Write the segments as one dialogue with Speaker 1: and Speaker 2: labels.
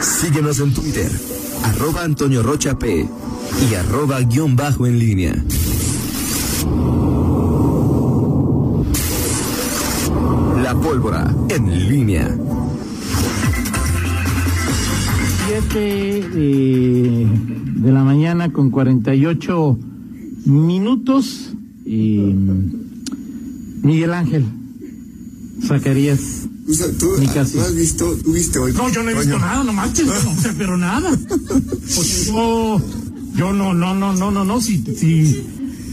Speaker 1: Síguenos en Twitter, arroba Antonio Rocha P y arroba guión bajo en línea. La pólvora en línea.
Speaker 2: Siete eh, de la mañana con 48 minutos. eh, Miguel Ángel, Zacarías.
Speaker 3: O sea, tú,
Speaker 2: Ni casi.
Speaker 3: ¿tú has visto, tú viste hoy.
Speaker 2: No, yo no he visto nada, no manches, no, o sea, pero nada. Pues yo, yo no, no, no, no, no, no, si, si,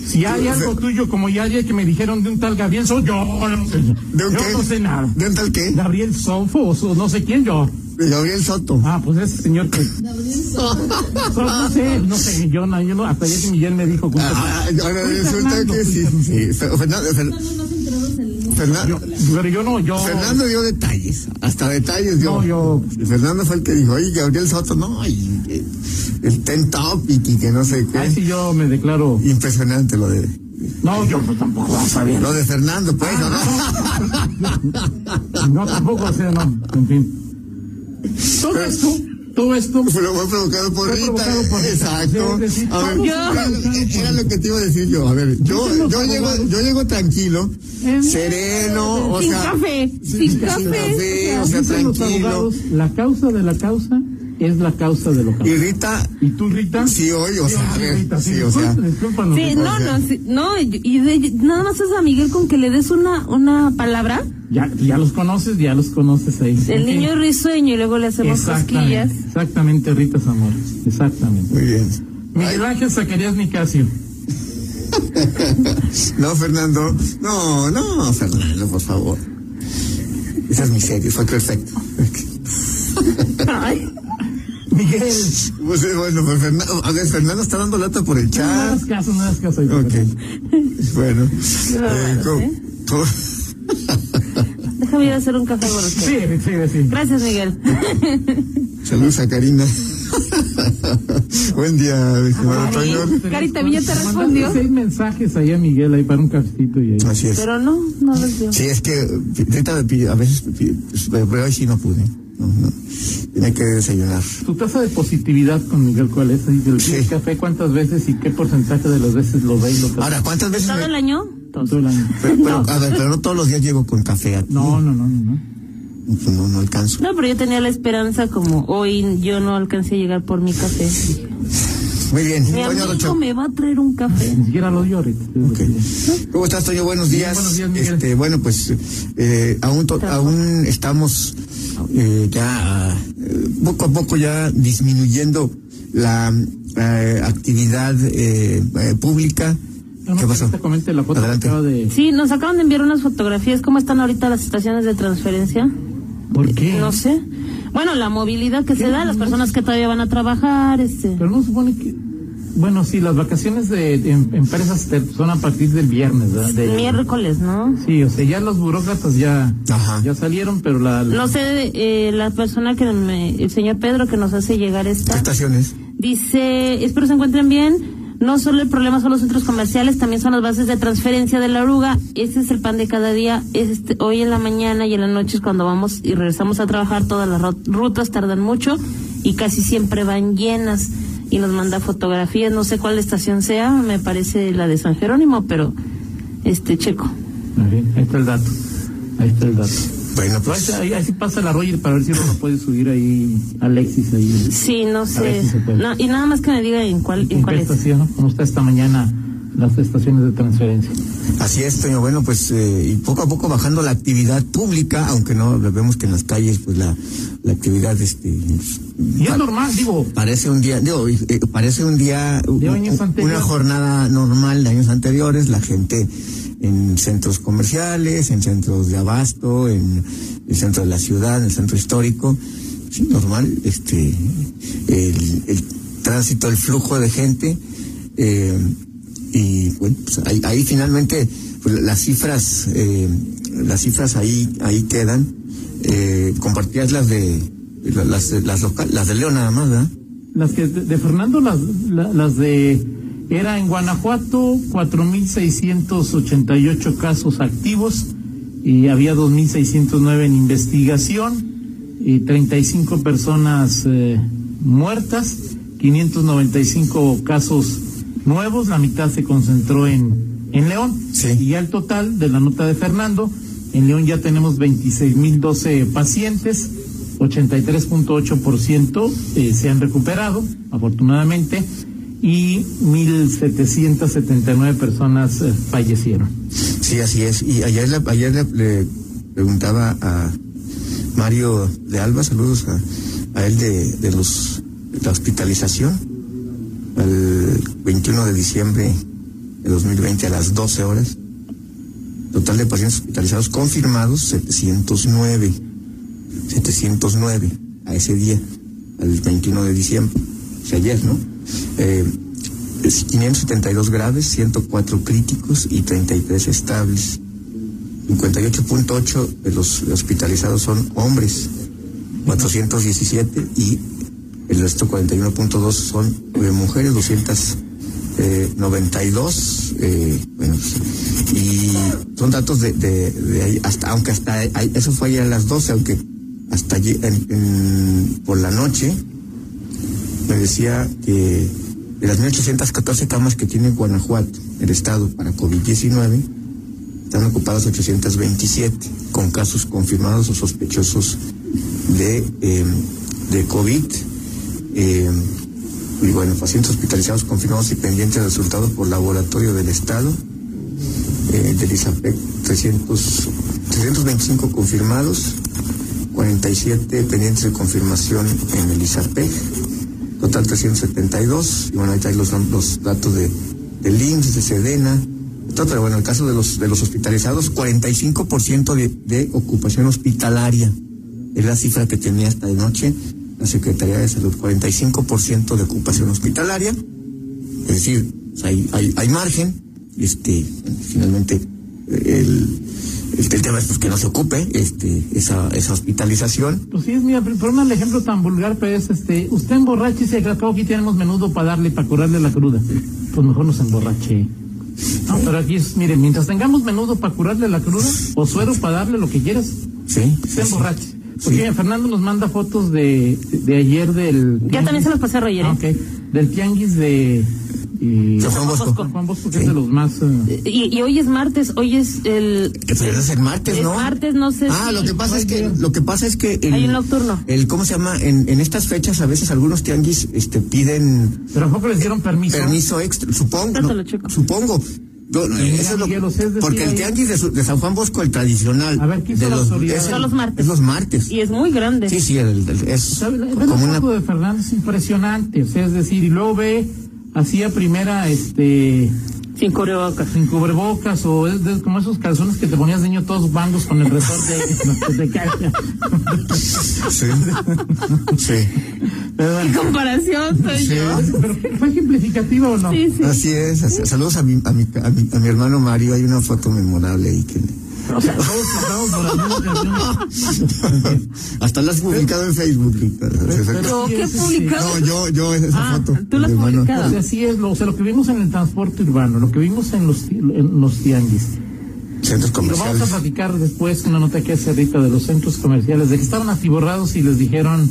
Speaker 2: si hay algo tuyo, como ya ayer que me dijeron de un tal Gabriel Sofo, yo no sé,
Speaker 3: ¿De un
Speaker 2: yo
Speaker 3: qué?
Speaker 2: no sé nada.
Speaker 3: ¿De un tal qué?
Speaker 2: Gabriel Sofo, o so- no sé quién yo.
Speaker 3: De Gabriel Soto.
Speaker 2: Ah, pues ese señor que... So- no sé, no sé, yo no, yo no, hasta ayer que Miguel me dijo... "Pues, junto-
Speaker 3: Ah, ahora
Speaker 2: Luis
Speaker 3: resulta
Speaker 2: Fernando.
Speaker 3: que sí. sí. Fer- Fernando, Fer- Fernan-
Speaker 2: Yo- pero yo no, yo...
Speaker 3: Fernando dio detalles. Hasta detalles dio.
Speaker 2: No, yo-
Speaker 3: Fernando fue el que dijo, oye, Gabriel Soto, no, y, eh, el ten top y, que- que no sé
Speaker 2: Ahí sí
Speaker 3: qué.
Speaker 2: yo me declaro...
Speaker 3: Impresionante lo de
Speaker 2: No, yo pues, tampoco vamos a ver.
Speaker 3: lo de Fernando, pues,
Speaker 2: Ah,
Speaker 3: ¿no?
Speaker 2: No, tampoco, o sea, no, en fin. Todo esto, todo esto.
Speaker 3: Fue, fue provocado por
Speaker 2: Fue
Speaker 3: Rita.
Speaker 2: provocado por Rita.
Speaker 3: Exacto.
Speaker 2: Es decir,
Speaker 3: A ver,
Speaker 2: yo-
Speaker 3: era, era lo que te iba a decir yo. A ver,
Speaker 2: Dicen
Speaker 3: yo,
Speaker 2: los
Speaker 3: yo, llego,
Speaker 2: abogados.
Speaker 3: yo llego tranquilo, sereno, o
Speaker 4: sin
Speaker 3: sea.
Speaker 4: café, sin café.
Speaker 3: o sea,
Speaker 2: Dicen los
Speaker 3: tranquilo.
Speaker 2: abogados, la causa de la causa es la causa de lo
Speaker 3: Y
Speaker 2: causa.
Speaker 3: Rita,
Speaker 2: ¿Y tú, Rita?
Speaker 3: sí, hoy, o sea, a ver,
Speaker 2: Rita,
Speaker 3: sí, o sea.
Speaker 2: disculpa- discúlpanos,
Speaker 4: Sí,
Speaker 2: Rita.
Speaker 4: no, no, sí, no, y y de- nada más es a Miguel con que le des una, una palabra,
Speaker 2: Ya, ya los conoces, ya los conoces ahí.
Speaker 4: el
Speaker 2: En fin.
Speaker 4: niño risueño y luego le hacemos
Speaker 2: Exactamente,
Speaker 4: cosquillas.
Speaker 2: exactamente, Rita Zamora. Exactamente.
Speaker 3: Muy bien.
Speaker 2: Miguel Ángel Zacarías Nicasio.
Speaker 3: No, Fernando. No, no, Fernando, por favor. Esa es mi serie, fue perfecto.
Speaker 4: Ay,
Speaker 2: Miguel.
Speaker 3: Pues, eh, bueno, pues, Fernando, a ver, Fernando está dando lata por el
Speaker 2: No me
Speaker 3: chat.
Speaker 2: hagas caso, no me hagas caso. ahorita,
Speaker 3: Ok. Bueno. eh,
Speaker 4: bárbaro,
Speaker 3: co-
Speaker 4: ¿eh?
Speaker 3: co-
Speaker 4: déjame ir a hacer un café con usted.
Speaker 2: Sí, sí, sí.
Speaker 4: Gracias, Miguel.
Speaker 3: Saludos a Karina. Buen día, mi señor
Speaker 4: Cari,
Speaker 3: Antonio.
Speaker 4: Carita Villa te
Speaker 2: Mandaste
Speaker 4: respondió,
Speaker 2: seis mensajes ahí a Miguel ahí para un cafecito y ahí.
Speaker 3: Así es.
Speaker 4: pero no, no les dio.
Speaker 3: Sí, es que eh, Rita me pidió, a veces me pidió, pero hoy sí no pude. No, no. Tenía que desayunar.
Speaker 2: ¿Tu tasa de positividad con Miguel cuál es? ¿Y del
Speaker 3: Sí.
Speaker 2: café cuántas veces y qué porcentaje de las veces lo ve y lo toma?
Speaker 3: Ahora, ¿cuántas veces?
Speaker 4: ¿Todo
Speaker 3: me-
Speaker 4: el año?
Speaker 2: Todo el año.
Speaker 3: Pero, pero, A ver, pero no todos los días llego con café. aquí.
Speaker 2: No, no, no, no. no.
Speaker 3: No, no alcanzo.
Speaker 4: No, pero yo tenía la esperanza como hoy yo no alcancé a llegar por mi café.
Speaker 3: Muy bien,
Speaker 4: Mi
Speaker 3: Toño
Speaker 4: amigo
Speaker 3: Rocha.
Speaker 4: me va a traer un café.
Speaker 2: Ni siquiera lo dio ahorita. es lo que digo.
Speaker 3: ¿Cómo estás, Toño? Buenos
Speaker 2: Bien,
Speaker 3: días.
Speaker 2: buenos días, Miguel.
Speaker 3: este, bueno, pues eh, aún, to- aún estamos eh, ya eh, poco a poco ya disminuyendo la eh, actividad eh, eh, pública.
Speaker 2: No, no,
Speaker 3: ¿Qué pasó?
Speaker 2: ahorita comente la foto
Speaker 3: Adelante.
Speaker 2: que acaba de...
Speaker 4: Sí, nos acaban de enviar unas fotografías. ¿Cómo están ahorita las estaciones de transferencia?
Speaker 2: ¿Por qué?
Speaker 4: No sé. Bueno, la movilidad que se da, las personas que todavía van a trabajar, este.
Speaker 2: Pero no supone que... Bueno, sí, las vacaciones de, de em- empresas te- son a partir del viernes, ¿verdad? De-
Speaker 4: Miércoles, ¿no?
Speaker 2: Sí, o sea, ya los burócratas ya,
Speaker 3: Ajá.
Speaker 2: ya salieron, pero la...
Speaker 4: No sé, eh, la persona que me- el señor Pedro que nos hace llegar esta
Speaker 3: Estaciones.
Speaker 4: dice, espero se encuentren bien. No solo el problema son los centros comerciales, también son las bases de transferencia de la oruga. Ese es el pan de cada día. Es este- hoy en la mañana y en la noche es cuando vamos y regresamos a trabajar. Todas las ro- rutas tardan mucho y casi siempre van llenas. Y nos manda fotografías. No sé cuál estación sea, me parece la de San Jerónimo, pero este checo.
Speaker 2: A ver, ahí está el dato. Ahí está el dato.
Speaker 3: Bueno,
Speaker 2: Pero Ahí,
Speaker 3: pues.
Speaker 2: está- ahí- ahí sí pasa la Roger para ver si uno puede subir ahí Alexis ahí.
Speaker 4: Sí, no
Speaker 2: A ver
Speaker 4: sé.
Speaker 2: si se puede.
Speaker 4: No, y nada más que me diga en cuál, en
Speaker 2: ¿En
Speaker 4: cuál
Speaker 2: qué
Speaker 4: es.
Speaker 2: estación? ¿Cómo está esta mañana las estaciones de transferencia?
Speaker 3: Así es, Toño. Bueno, pues eh, y poco a poco bajando la actividad pública, aunque no vemos que en las calles, pues la, la actividad, este,
Speaker 2: Y es normal, digo,
Speaker 3: Parece un día, digo, eh, parece un día, u-
Speaker 2: De
Speaker 3: u-
Speaker 2: años
Speaker 3: una
Speaker 2: anteriores.
Speaker 3: jornada normal de años anteriores, la gente en centros comerciales, en centros de abasto, en el centro de la ciudad, en el centro histórico, sí, normal, este, el, el tránsito, el flujo de gente, eh, y bueno, pues ahí, ahí finalmente pues, las cifras, eh, las cifras ahí, ahí quedan, eh, compartías las de, las, las, local- las de León nada más, ¿verdad?
Speaker 2: las que de, de Fernando, las, la- las de... Era en Guanajuato 4.688 casos activos y había 2.609 en investigación. y 35 personas eh, muertas, 595 casos nuevos, la mitad se concentró en, en León.
Speaker 3: Sí.
Speaker 2: Y ya el total de la nota de Fernando, en León ya tenemos 26.012 pacientes, 83.8% eh, se han recuperado, afortunadamente, y 1.779 personas eh, fallecieron.
Speaker 3: Sí, así es. Y ayer, la- ayer le, le preguntaba a Mario de Alba, saludos a, a él de, de los, la hospitalización, el 21 de diciembre de 2020 a las 12 horas. Total de pacientes hospitalizados confirmados, 709. 709 a ese día, al 21 de diciembre, o sea, ayer, ¿no? Eh, es 572 graves, 104 críticos y 33 estables. 58.8 de los hospitalizados son hombres, 417 y el resto 41.2 son eh, mujeres, eh, 292. eh, bueno, pues, y son datos de, de- de ahí, hasta, aunque hasta ahí- eso fue ayer a las 12, aunque hasta allí en- en- por la noche me decía que de las 1.814 camas que tiene Guanajuato, el Estado, para COVID-19, están ocupadas 827 con casos confirmados o sospechosos de, eh, de COVID. eh, y bueno, pacientes hospitalizados confirmados y pendientes de resultados por laboratorio del Estado. eh, del ISAPEC, 300, 325 confirmados, 47 pendientes de confirmación en el ISAPEC total 372. Y bueno, ahí trae los, los datos de, del IMSS, de Sedena. todo, Pero bueno, en el caso de los, de los hospitalizados, 45% de, de ocupación hospitalaria. Es la cifra que tenía hasta de noche la Secretaría de Salud. 45% de ocupación hospitalaria. Es decir, hay, hay, hay margen. Este, finalmente, el, el, el tema es pues, que no se ocupe este, esa, esa hospitalización.
Speaker 2: Pues sí, es mira, perdón el ejemplo tan vulgar, pero es este, usted emborrache y se acabó aquí tenemos menudo para darle, para curarle la cruda. Pues mejor nos emborrache. No, pero aquí es, mire, mientras tengamos menudo para curarle la cruda, o suero para darle lo que quieras,
Speaker 3: Sí. sí,
Speaker 2: usted
Speaker 3: sí.
Speaker 2: emborrache. Porque mira, Fernando nos manda fotos de, de ayer del.
Speaker 4: Ya también se los pasé a Roger, ¿eh?
Speaker 2: Ah, ok. Del tianguis de. eh,
Speaker 3: De Juan Bosco.
Speaker 2: Juan Bosco, que
Speaker 3: Sí.
Speaker 2: es de los más. eh,
Speaker 4: Y, y hoy es martes, hoy es el...
Speaker 3: Que pero es el martes,
Speaker 4: Es
Speaker 3: ¿no?
Speaker 4: martes, no sé
Speaker 3: Ah,
Speaker 4: si-
Speaker 3: lo que pasa es que,
Speaker 4: Oye.
Speaker 3: lo que pasa es que el,
Speaker 4: Hay un nocturno.
Speaker 3: El, ¿cómo se llama? En, en estas fechas a veces algunos tianguis este piden
Speaker 2: Pero tampoco les dieron permiso.
Speaker 3: permiso extra, supongo.
Speaker 4: Tanto
Speaker 3: no,
Speaker 4: lo checo.
Speaker 3: supongo. Yo- no,
Speaker 2: Sí,
Speaker 3: eso es lo-
Speaker 2: Miguel, o sea, es decir,
Speaker 3: porque el
Speaker 2: ahí-
Speaker 3: tianguis de, su- de San Juan Bosco, el tradicional,
Speaker 2: A ver, ¿qué hizo
Speaker 3: de
Speaker 2: la
Speaker 3: los,
Speaker 2: autoridad?
Speaker 3: es el-
Speaker 4: Son los martes.
Speaker 3: es los martes.
Speaker 4: Y este. es muy grande.
Speaker 3: Sí, sí, el- el- es
Speaker 2: ¿Sabe? La- Ver la
Speaker 3: como una
Speaker 2: foto de Fernando es impresionante, o sea, es decir, y luego ve así a primera, este,
Speaker 4: Sin cubrebocas.
Speaker 2: sin cubrebocas o es de- como esos calzones que te ponías de niño todos bandos con el resorte de, de, caña.
Speaker 3: sí. sí.
Speaker 2: Pero,
Speaker 4: ¿Qué
Speaker 2: bueno,
Speaker 4: comparación soy
Speaker 3: Sí.
Speaker 4: yo?
Speaker 2: pero fue ejemplificativo o no?
Speaker 4: Sí, sí.
Speaker 3: Así es, así- saludos a mi, a, mi, a, mi, a mi hermano Mario, hay una foto memorable ahí que
Speaker 2: O sea, todos pasados por las mismas canciones.
Speaker 3: hasta la has publicado en Facebook. Ricardo.
Speaker 4: Yo,
Speaker 2: Sí,
Speaker 4: ¿qué
Speaker 2: sí, sí.
Speaker 3: No,
Speaker 4: publicado?
Speaker 3: yo, yo esa
Speaker 4: Ah,
Speaker 3: foto.
Speaker 4: tú la has
Speaker 3: mi hermano.
Speaker 4: publicado.
Speaker 2: O sea, Pues así es, lo, o sea, lo que vimos en el transporte urbano, lo que vimos en los, ti- en los tianguis. Lo vamos
Speaker 3: Centros
Speaker 2: a
Speaker 3: comerciales.
Speaker 2: platicar después una nota que hace Rita de los centros comerciales, de que estaban atiborrados y les dijeron,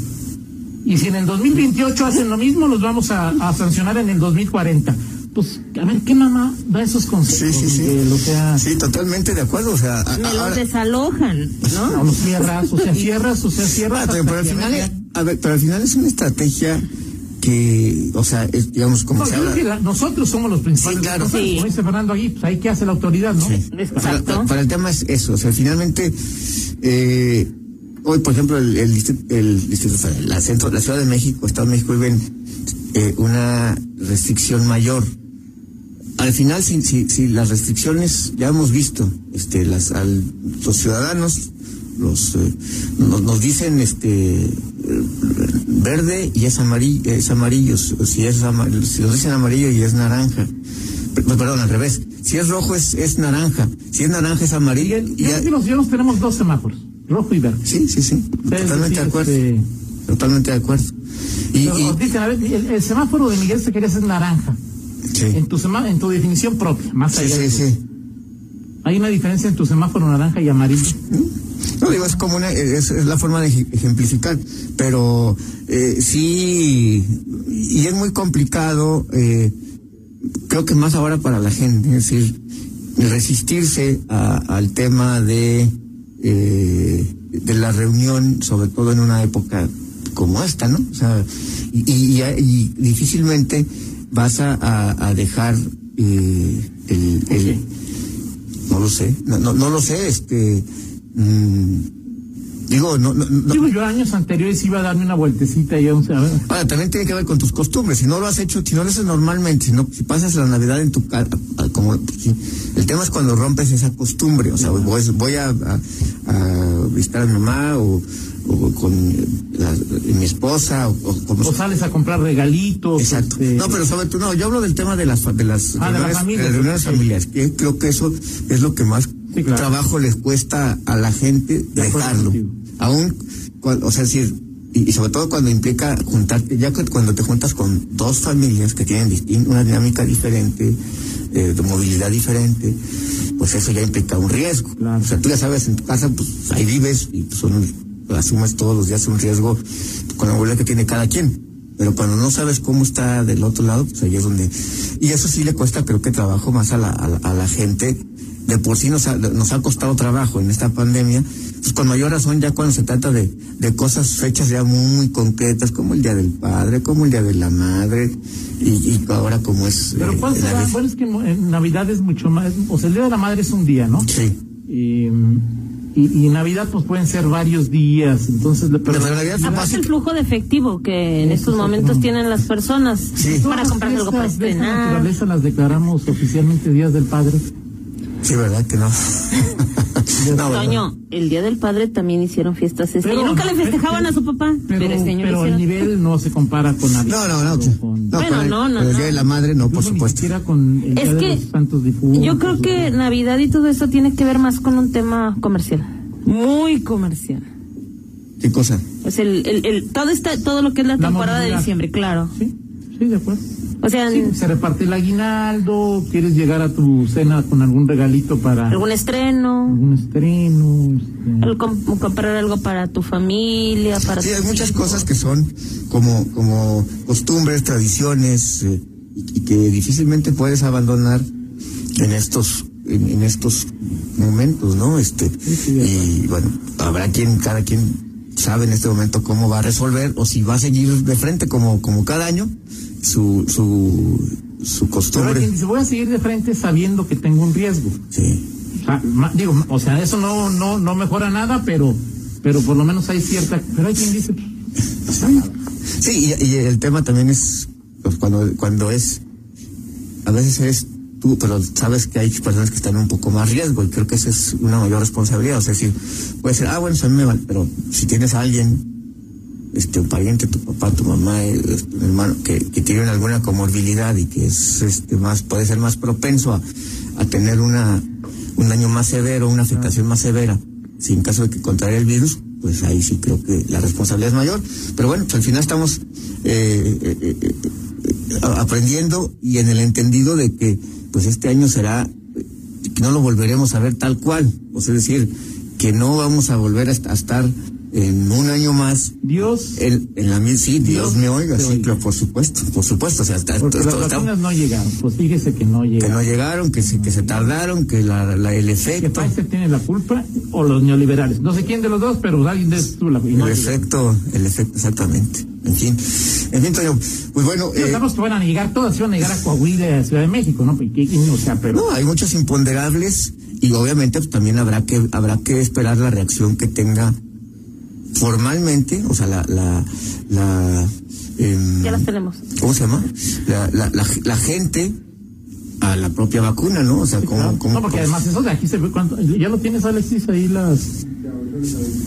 Speaker 2: y si en el 2028 hacen lo mismo, los vamos a, a sancionar en el 2040. Pues, a ver, ¿qué mamá da esos
Speaker 3: Sí,
Speaker 2: consejos?
Speaker 3: sí, sí.
Speaker 2: Miguel? O sea,
Speaker 3: Sí, totalmente de acuerdo. O sea, a-
Speaker 4: Me
Speaker 3: a-
Speaker 4: los
Speaker 3: ahora-
Speaker 4: desalojan,
Speaker 2: no,
Speaker 4: ¿no?
Speaker 2: los cierras, o sea, cierras, o sea, cierras.
Speaker 3: espérate,
Speaker 2: hasta
Speaker 3: pero al
Speaker 2: que-
Speaker 3: final, es- a ver, pero al final es una estrategia que, o sea, es, digamos, como
Speaker 2: No,
Speaker 3: se
Speaker 2: yo
Speaker 3: habla.
Speaker 2: creo que la- nosotros somos los principales.
Speaker 3: Sí, claro.
Speaker 2: responsables.
Speaker 4: Sí.
Speaker 2: Como dice Fernando aquí, pues ahí qué hace la autoridad, ¿no?
Speaker 3: Sí.
Speaker 4: Exacto.
Speaker 3: Para, para- para el tema es eso, o sea, finalmente, eh, hoy, por ejemplo, el, el, distri- el distrito, federal, la, centro, la Ciudad de México, Estado de México, viven eh, una restricción mayor. Al final, si, si, si las restricciones, ya hemos visto, este, las, al- los ciudadanos los, eh, nos, nos dicen este eh, verde y es amarillo, es amarillo, si, es ama- si nos dicen amarillo y es naranja. Pe- pues, perdón, al revés. Si es rojo es, es naranja. Si es naranja es amarillo.
Speaker 2: Miguel,
Speaker 3: Y
Speaker 2: yo
Speaker 3: ya-
Speaker 2: creo que los ciudadanos tenemos dos semáforos, rojo y verde.
Speaker 3: Sí, sí, sí.
Speaker 2: Ustedes
Speaker 3: Totalmente de
Speaker 2: deciden,
Speaker 3: acuerdo.
Speaker 2: este,
Speaker 3: Totalmente de acuerdo. Y,
Speaker 2: Pero
Speaker 3: y-
Speaker 2: nos dicen, a ver, el, el semáforo de Miguel se quería hacer naranja.
Speaker 3: sí.
Speaker 2: En tu, sema- en tu definición propia, más
Speaker 3: Sí,
Speaker 2: allá.
Speaker 3: sí,
Speaker 2: de-
Speaker 3: sí.
Speaker 2: Hay una diferencia en tu semáforo naranja y amarillo.
Speaker 3: No digo, es como una, es, es la forma de ej- ejemplificar, pero eh, sí, y es muy complicado, eh, creo que más ahora para la gente, es decir, resistirse a- al tema de, eh, de la reunión, sobre todo en una época como esta, ¿no? O sea, y, y- y difícilmente vas a, a- a dejar eh, el- el no lo sé, no, no, no lo sé, este. mm, digo, no, no, no-
Speaker 2: Digo, yo años anteriores iba a darme una vueltecita y aún, ¿sabes?
Speaker 3: Ahora, también tiene que ver con tus costumbres. Si no lo has hecho, si no lo haces normalmente, si, no, si pasas la Navidad en tu casa, como. si- el tema es cuando rompes esa costumbre. O sea, voy, voy a, a- a visitar a mi mamá o, o con la- mi esposa o, o con
Speaker 2: O sales a comprar regalitos.
Speaker 3: Exacto.
Speaker 2: este,
Speaker 3: No, pero sobre todo, no, yo hablo del tema de las, fa- de las,
Speaker 2: Ah, de las
Speaker 3: reuniones,
Speaker 2: familias.
Speaker 3: de las reuniones familiares. que creo que eso es lo que más
Speaker 2: Sí, claro.
Speaker 3: trabajo les cuesta a la gente
Speaker 2: acuerdo
Speaker 3: dejarlo.
Speaker 2: contigo.
Speaker 3: Aún, cua- o sea, decir, y, y sobre todo cuando implica juntarte, ya que cuando te juntas con dos familias que tienen distin- una dinámica diferente, eh, de movilidad diferente, pues eso ya implica un riesgo.
Speaker 2: Claro.
Speaker 3: O sea, tú ya sabes, en tu casa, pues ahí vives y pues, son- asumes todos los días un riesgo con la movilidad que tiene cada quien. Pero cuando no sabes cómo está del otro lado, pues ahí es donde. Y eso sí le cuesta, creo que trabajo más a la, a la, a la gente. De por sí nos ha, nos ha costado trabajo en esta pandemia. Pues con mayor razón, ya cuando se trata de, de cosas, fechas ya muy concretas, como el Día del Padre, como el Día de la Madre, y, y ahora como es.
Speaker 2: Pero
Speaker 3: eh,
Speaker 2: ¿cuál
Speaker 3: la
Speaker 2: será?
Speaker 3: vez-
Speaker 2: Bueno, es que en en Navidad es mucho más. O sea, el Día de la Madre es un día, ¿no?
Speaker 3: Sí.
Speaker 2: Y, y, y Navidad, pues pueden ser varios días. Entonces, le-
Speaker 3: Pero la Navidad fue
Speaker 4: Aparte el
Speaker 3: básica.
Speaker 4: flujo de efectivo que en estos momentos tienen las personas
Speaker 3: Sí.
Speaker 4: para comprar algo para
Speaker 2: Estas de esta
Speaker 4: estrenar.
Speaker 2: naturaleza las declaramos oficialmente Días del Padre.
Speaker 3: Sí, ¿verdad que no? no, ¿verdad?
Speaker 4: Toño, el Día del Padre también hicieron fiestas este.
Speaker 2: Pero-
Speaker 4: y nunca le festejaban a su papá, pero,
Speaker 2: Pero,
Speaker 4: este año lo
Speaker 2: pero el
Speaker 4: hicieron.
Speaker 2: nivel no se compara con Navidad.
Speaker 3: No, no, no.
Speaker 2: o con-
Speaker 3: no,
Speaker 4: Bueno,
Speaker 3: con el-
Speaker 4: no, no,
Speaker 3: con el
Speaker 4: no.
Speaker 3: Día de la Madre, no, por
Speaker 2: incluso Ni
Speaker 3: supuesto.
Speaker 2: siquiera con el
Speaker 4: Es
Speaker 2: Día
Speaker 4: que
Speaker 2: de los Santos Difuntos.
Speaker 4: Yo creo que Navidad y todo eso tiene que ver más con un tema comercial, muy comercial.
Speaker 3: ¿Qué cosa?
Speaker 4: O sea, el, el- el- todo está, todo lo que es la,
Speaker 2: La
Speaker 4: temporada de
Speaker 2: movilidad.
Speaker 4: diciembre, claro.
Speaker 2: Sí, sí, de acuerdo.
Speaker 4: O sea,
Speaker 2: Sí, se reparte el aguinaldo, quieres llegar a tu cena con algún regalito para
Speaker 4: algún estreno,
Speaker 2: algún estreno. este,
Speaker 4: el com- comprar algo para tu familia, para
Speaker 3: Sí,
Speaker 4: tus
Speaker 3: hay muchas
Speaker 4: hijos.
Speaker 3: cosas que son como, como costumbres, tradiciones, eh, y, y que difícilmente puedes abandonar en estos, en, en estos momentos, ¿no? Este, y bueno, habrá quien, cada quien sabe en este momento cómo va a resolver o si va a seguir de frente como, como cada año su, su,
Speaker 2: Pero hay
Speaker 3: su
Speaker 2: quien
Speaker 3: costumbre.
Speaker 2: dice, voy a seguir de frente sabiendo que tengo un riesgo.
Speaker 3: Sí.
Speaker 2: O sea, ma- digo, o sea, eso no, no, no mejora nada, pero, pero por lo menos hay cierta. Pero hay quien dice,
Speaker 3: Sí, y, y el tema también es pues, cuando, cuando es, a veces eres tú, pero sabes que hay personas que están en un poco más riesgo y creo que esa es una mayor responsabilidad. O sea, decir, puede ser, ah, bueno, eso a mí me vale, pero si tienes a alguien, este, un pariente, tu papá, tu mamá, eh, este, un hermano, que, que tienen alguna comorbilidad y que es este más, puede ser más propenso a, a tener una, un daño más severo, una afectación más severa, si en caso de que contraiga el virus, pues ahí sí creo que la responsabilidad es mayor. Pero bueno, pues al final estamos eh, eh, eh, eh, a- aprendiendo y en el entendido de que pues este año será eh, que no lo volveremos a ver tal cual, o sea, es decir, que no vamos a volver a est- a estar en un año más
Speaker 2: Dios,
Speaker 3: el, en la mil- sí, Dios,
Speaker 2: Dios
Speaker 3: me oiga,
Speaker 2: te
Speaker 3: sí,
Speaker 2: oiga.
Speaker 3: claro, por supuesto, por supuesto, o sea, está-
Speaker 2: porque
Speaker 3: está-
Speaker 2: las
Speaker 3: está-
Speaker 2: vacunas no llegaron. Pues fíjese que no
Speaker 3: que
Speaker 2: llegaron.
Speaker 3: no llegaron, que se, que se tardaron, que la, la- el
Speaker 2: que
Speaker 3: efecto,
Speaker 2: Pfizer tiene la culpa o los neoliberales. No sé quién de los dos, pero alguien de esos tuvo la culpa.
Speaker 3: el efecto, el efecto, exactamente, en fin, en fin, Toño, pues bueno, eh,
Speaker 2: Sabemos que van a negar, todas se van a negar a Coahuila y a Ciudad de México, ¿no? Porque, o sea, pero.
Speaker 3: no, hay muchos imponderables y obviamente pues, también habrá que, habrá que esperar la reacción que tenga formalmente, o sea, la, la, la, em,
Speaker 4: Ya las tenemos.
Speaker 3: ¿cómo se llama? La, la, la, la gente a la propia vacuna, ¿no? O sea, como,
Speaker 2: Claro.
Speaker 3: como
Speaker 2: no, porque además eso de aquí se ve cuánto- ¿Ya lo tienes, Alexis, ahí las...?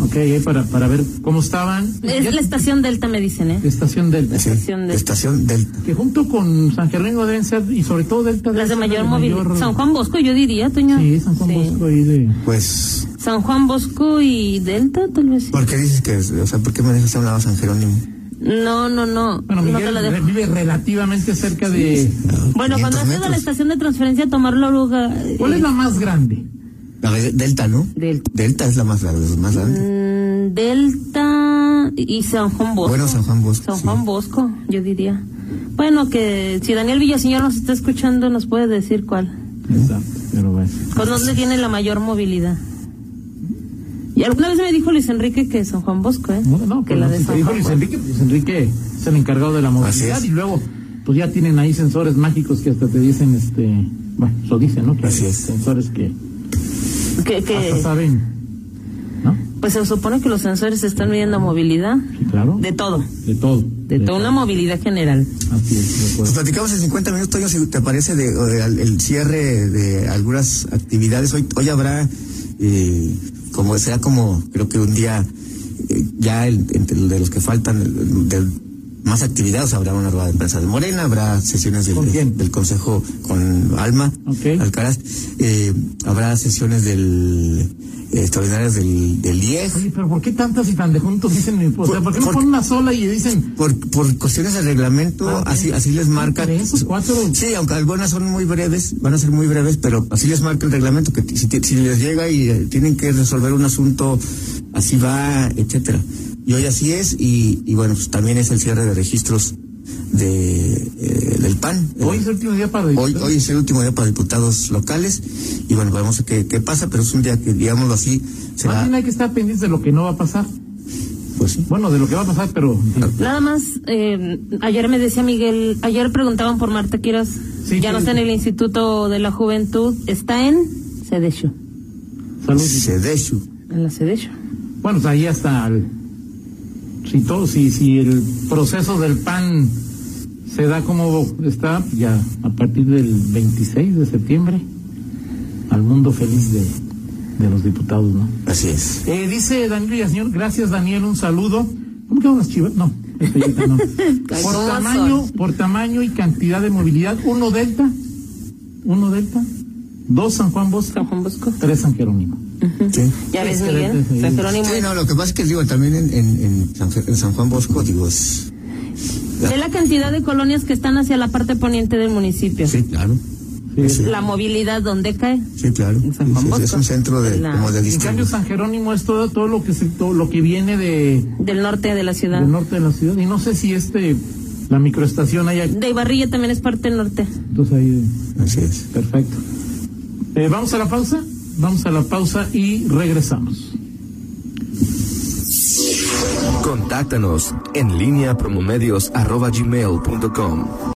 Speaker 2: Ok, ahí para, para ver cómo estaban. Ya-
Speaker 4: Es la estación Delta, me dicen, ¿eh?
Speaker 2: estación Delta.
Speaker 3: Sí,
Speaker 4: Estación Delta.
Speaker 3: estación Delta.
Speaker 2: Que junto con San Jerónimo deben ser, y sobre todo Delta...
Speaker 4: Las de
Speaker 2: deben ser
Speaker 4: mayor
Speaker 2: las
Speaker 4: movilidad.
Speaker 2: mayor-
Speaker 4: San Juan Bosco, yo diría, Toño.
Speaker 2: Sí, San Juan
Speaker 4: Sí.
Speaker 2: Bosco ahí de...
Speaker 3: Pues,
Speaker 4: San Juan Bosco y Delta, tal vez. sí.
Speaker 3: ¿por qué dices que, o sea, por qué me dejas a un lado San Jerónimo?
Speaker 4: No, no, no.
Speaker 2: Bueno,
Speaker 4: no te
Speaker 2: Miguel
Speaker 4: la dejo.
Speaker 2: vive relativamente cerca de...
Speaker 3: Ah,
Speaker 4: Bueno,
Speaker 3: 500
Speaker 4: cuando haces a la
Speaker 3: metros.
Speaker 4: estación de transferencia a tomar la oruga. eh,
Speaker 2: ¿Cuál es la más grande?
Speaker 3: La de- Delta, ¿no?
Speaker 4: Delta.
Speaker 3: es la más grande, es la más grande.
Speaker 4: Mm, Delta y San Juan Bosco.
Speaker 3: Bueno, San Juan Bosco,
Speaker 4: San
Speaker 3: sí.
Speaker 4: Juan Bosco, yo diría. Bueno, que si Daniel Villaseñor nos está escuchando, nos puede decir cuál.
Speaker 2: Pero bueno.
Speaker 4: ¿Con dónde tiene la mayor movilidad? Y alguna vez me dijo Luis Enrique que San Juan Bosco, ¿eh?
Speaker 2: No, no,
Speaker 4: que
Speaker 2: pero
Speaker 4: la de
Speaker 2: si te
Speaker 4: San
Speaker 2: dijo
Speaker 4: Juan
Speaker 2: Luis
Speaker 4: Bosco.
Speaker 2: Enrique, pues Luis Enrique es el encargado de la movilidad
Speaker 3: es.
Speaker 2: y luego pues ya tienen ahí sensores mágicos que hasta te dicen este, bueno, eso dicen, ¿no? Que
Speaker 3: Así es.
Speaker 2: Sensores que
Speaker 4: Que,
Speaker 2: hasta
Speaker 4: que,
Speaker 2: saben, ¿no?
Speaker 4: pues se supone que los sensores están midiendo movilidad
Speaker 2: Sí, claro.
Speaker 4: de todo,
Speaker 2: De todo.
Speaker 4: de toda una movilidad general.
Speaker 2: Así es, de
Speaker 3: Nos
Speaker 2: acuerdo.
Speaker 3: platicamos en 50 minutos, Toño, si te parece, de, o de al- el cierre de algunas actividades. Hoy, hoy habrá, eh, como será como, creo que un día, eh, ya el- entre de los que faltan, el- el- de más actividades, habrá una rueda de prensa de Morena, habrá sesiones del,
Speaker 2: ¿Con quién?
Speaker 3: del Consejo con Alma,
Speaker 2: Ok.
Speaker 3: Alcaraz, eh, habrá sesiones del eh, extraordinarias del, del IEG.
Speaker 2: Oye, pero ¿por qué tantas y tan de juntos dicen? O sea, ¿por qué no
Speaker 3: Por-
Speaker 2: ponen una sola y dicen
Speaker 3: Por, por cuestiones de reglamento,
Speaker 2: Ah, ok.
Speaker 3: así así les marca.
Speaker 2: Entre esos cuatro.
Speaker 3: Sí, aunque algunas son muy breves, van a ser muy breves, pero así les marca el reglamento que si, te- si les llega y eh, tienen que resolver un asunto, así va, etcétera. Y hoy así es, y, y bueno, pues también es el cierre de registros de eh, del PAN.
Speaker 2: hoy es el último día para
Speaker 3: Hoy, hoy es el último día para diputados locales, y bueno, veremos qué, qué pasa, pero es un día que, digámoslo así,
Speaker 2: Más
Speaker 3: será,
Speaker 2: bien hay que estar pendientes de lo que no va a pasar.
Speaker 3: pues sí.
Speaker 2: Bueno, de lo que va a pasar, pero.
Speaker 4: Nada más, eh, ayer me decía Miguel, ayer preguntaban por Marta Quiroz,
Speaker 2: Sí,
Speaker 4: ya no
Speaker 2: sí.
Speaker 4: está en el Instituto de la Juventud, está en Cedesho,
Speaker 2: Saludos.
Speaker 3: Sedeshu.
Speaker 4: en la Cedesho.
Speaker 2: Bueno, pues ahí hasta el- si todo, si, si el proceso del PAN se da como está, ya a partir del 26 de septiembre, al mundo feliz de, de los diputados, ¿no?
Speaker 3: Así es.
Speaker 2: Eh, dice Daniel Villaseñor, gracias Daniel, un saludo. ¿Cómo quedan las chivas? No, esta ahorita no.
Speaker 4: ¿Cómo
Speaker 2: Por tamaño, por tamaño y cantidad de movilidad, uno Delta, uno Delta, dos San Juan Bosco,
Speaker 4: San Juan Bosco.
Speaker 2: tres San Jerónimo.
Speaker 3: Sí.
Speaker 4: Ya ves,
Speaker 2: Excelente,
Speaker 4: Miguel,
Speaker 2: sí.
Speaker 4: San Jerónimo.
Speaker 3: Sí, no, lo que pasa es que digo, también en, en, en San, Fe- en San Juan Bosco, digo, es-
Speaker 4: Ve la cantidad de colonias que están hacia la parte poniente del municipio.
Speaker 3: sí, claro.
Speaker 2: Sí.
Speaker 3: Sí,
Speaker 4: La movilidad, ¿dónde cae?
Speaker 3: sí, claro.
Speaker 4: en San Juan
Speaker 3: Sí, sí, es
Speaker 4: Bosco.
Speaker 3: un centro de,
Speaker 4: La-
Speaker 3: como de
Speaker 2: En cambio,
Speaker 3: distrito.
Speaker 2: San Jerónimo es todo, todo lo que se, todo lo que viene de,
Speaker 4: Del norte de la ciudad.
Speaker 2: del norte de la ciudad. Y no sé si este, la microestación hay aquí.
Speaker 4: De Ibarrilla también es parte del norte.
Speaker 2: Entonces ahí,
Speaker 3: Así es.
Speaker 2: perfecto. Eh, vamos a la pausa, vamos a la pausa y regresamos.
Speaker 1: Contáctanos en línea promomedios arroba gmail punto com.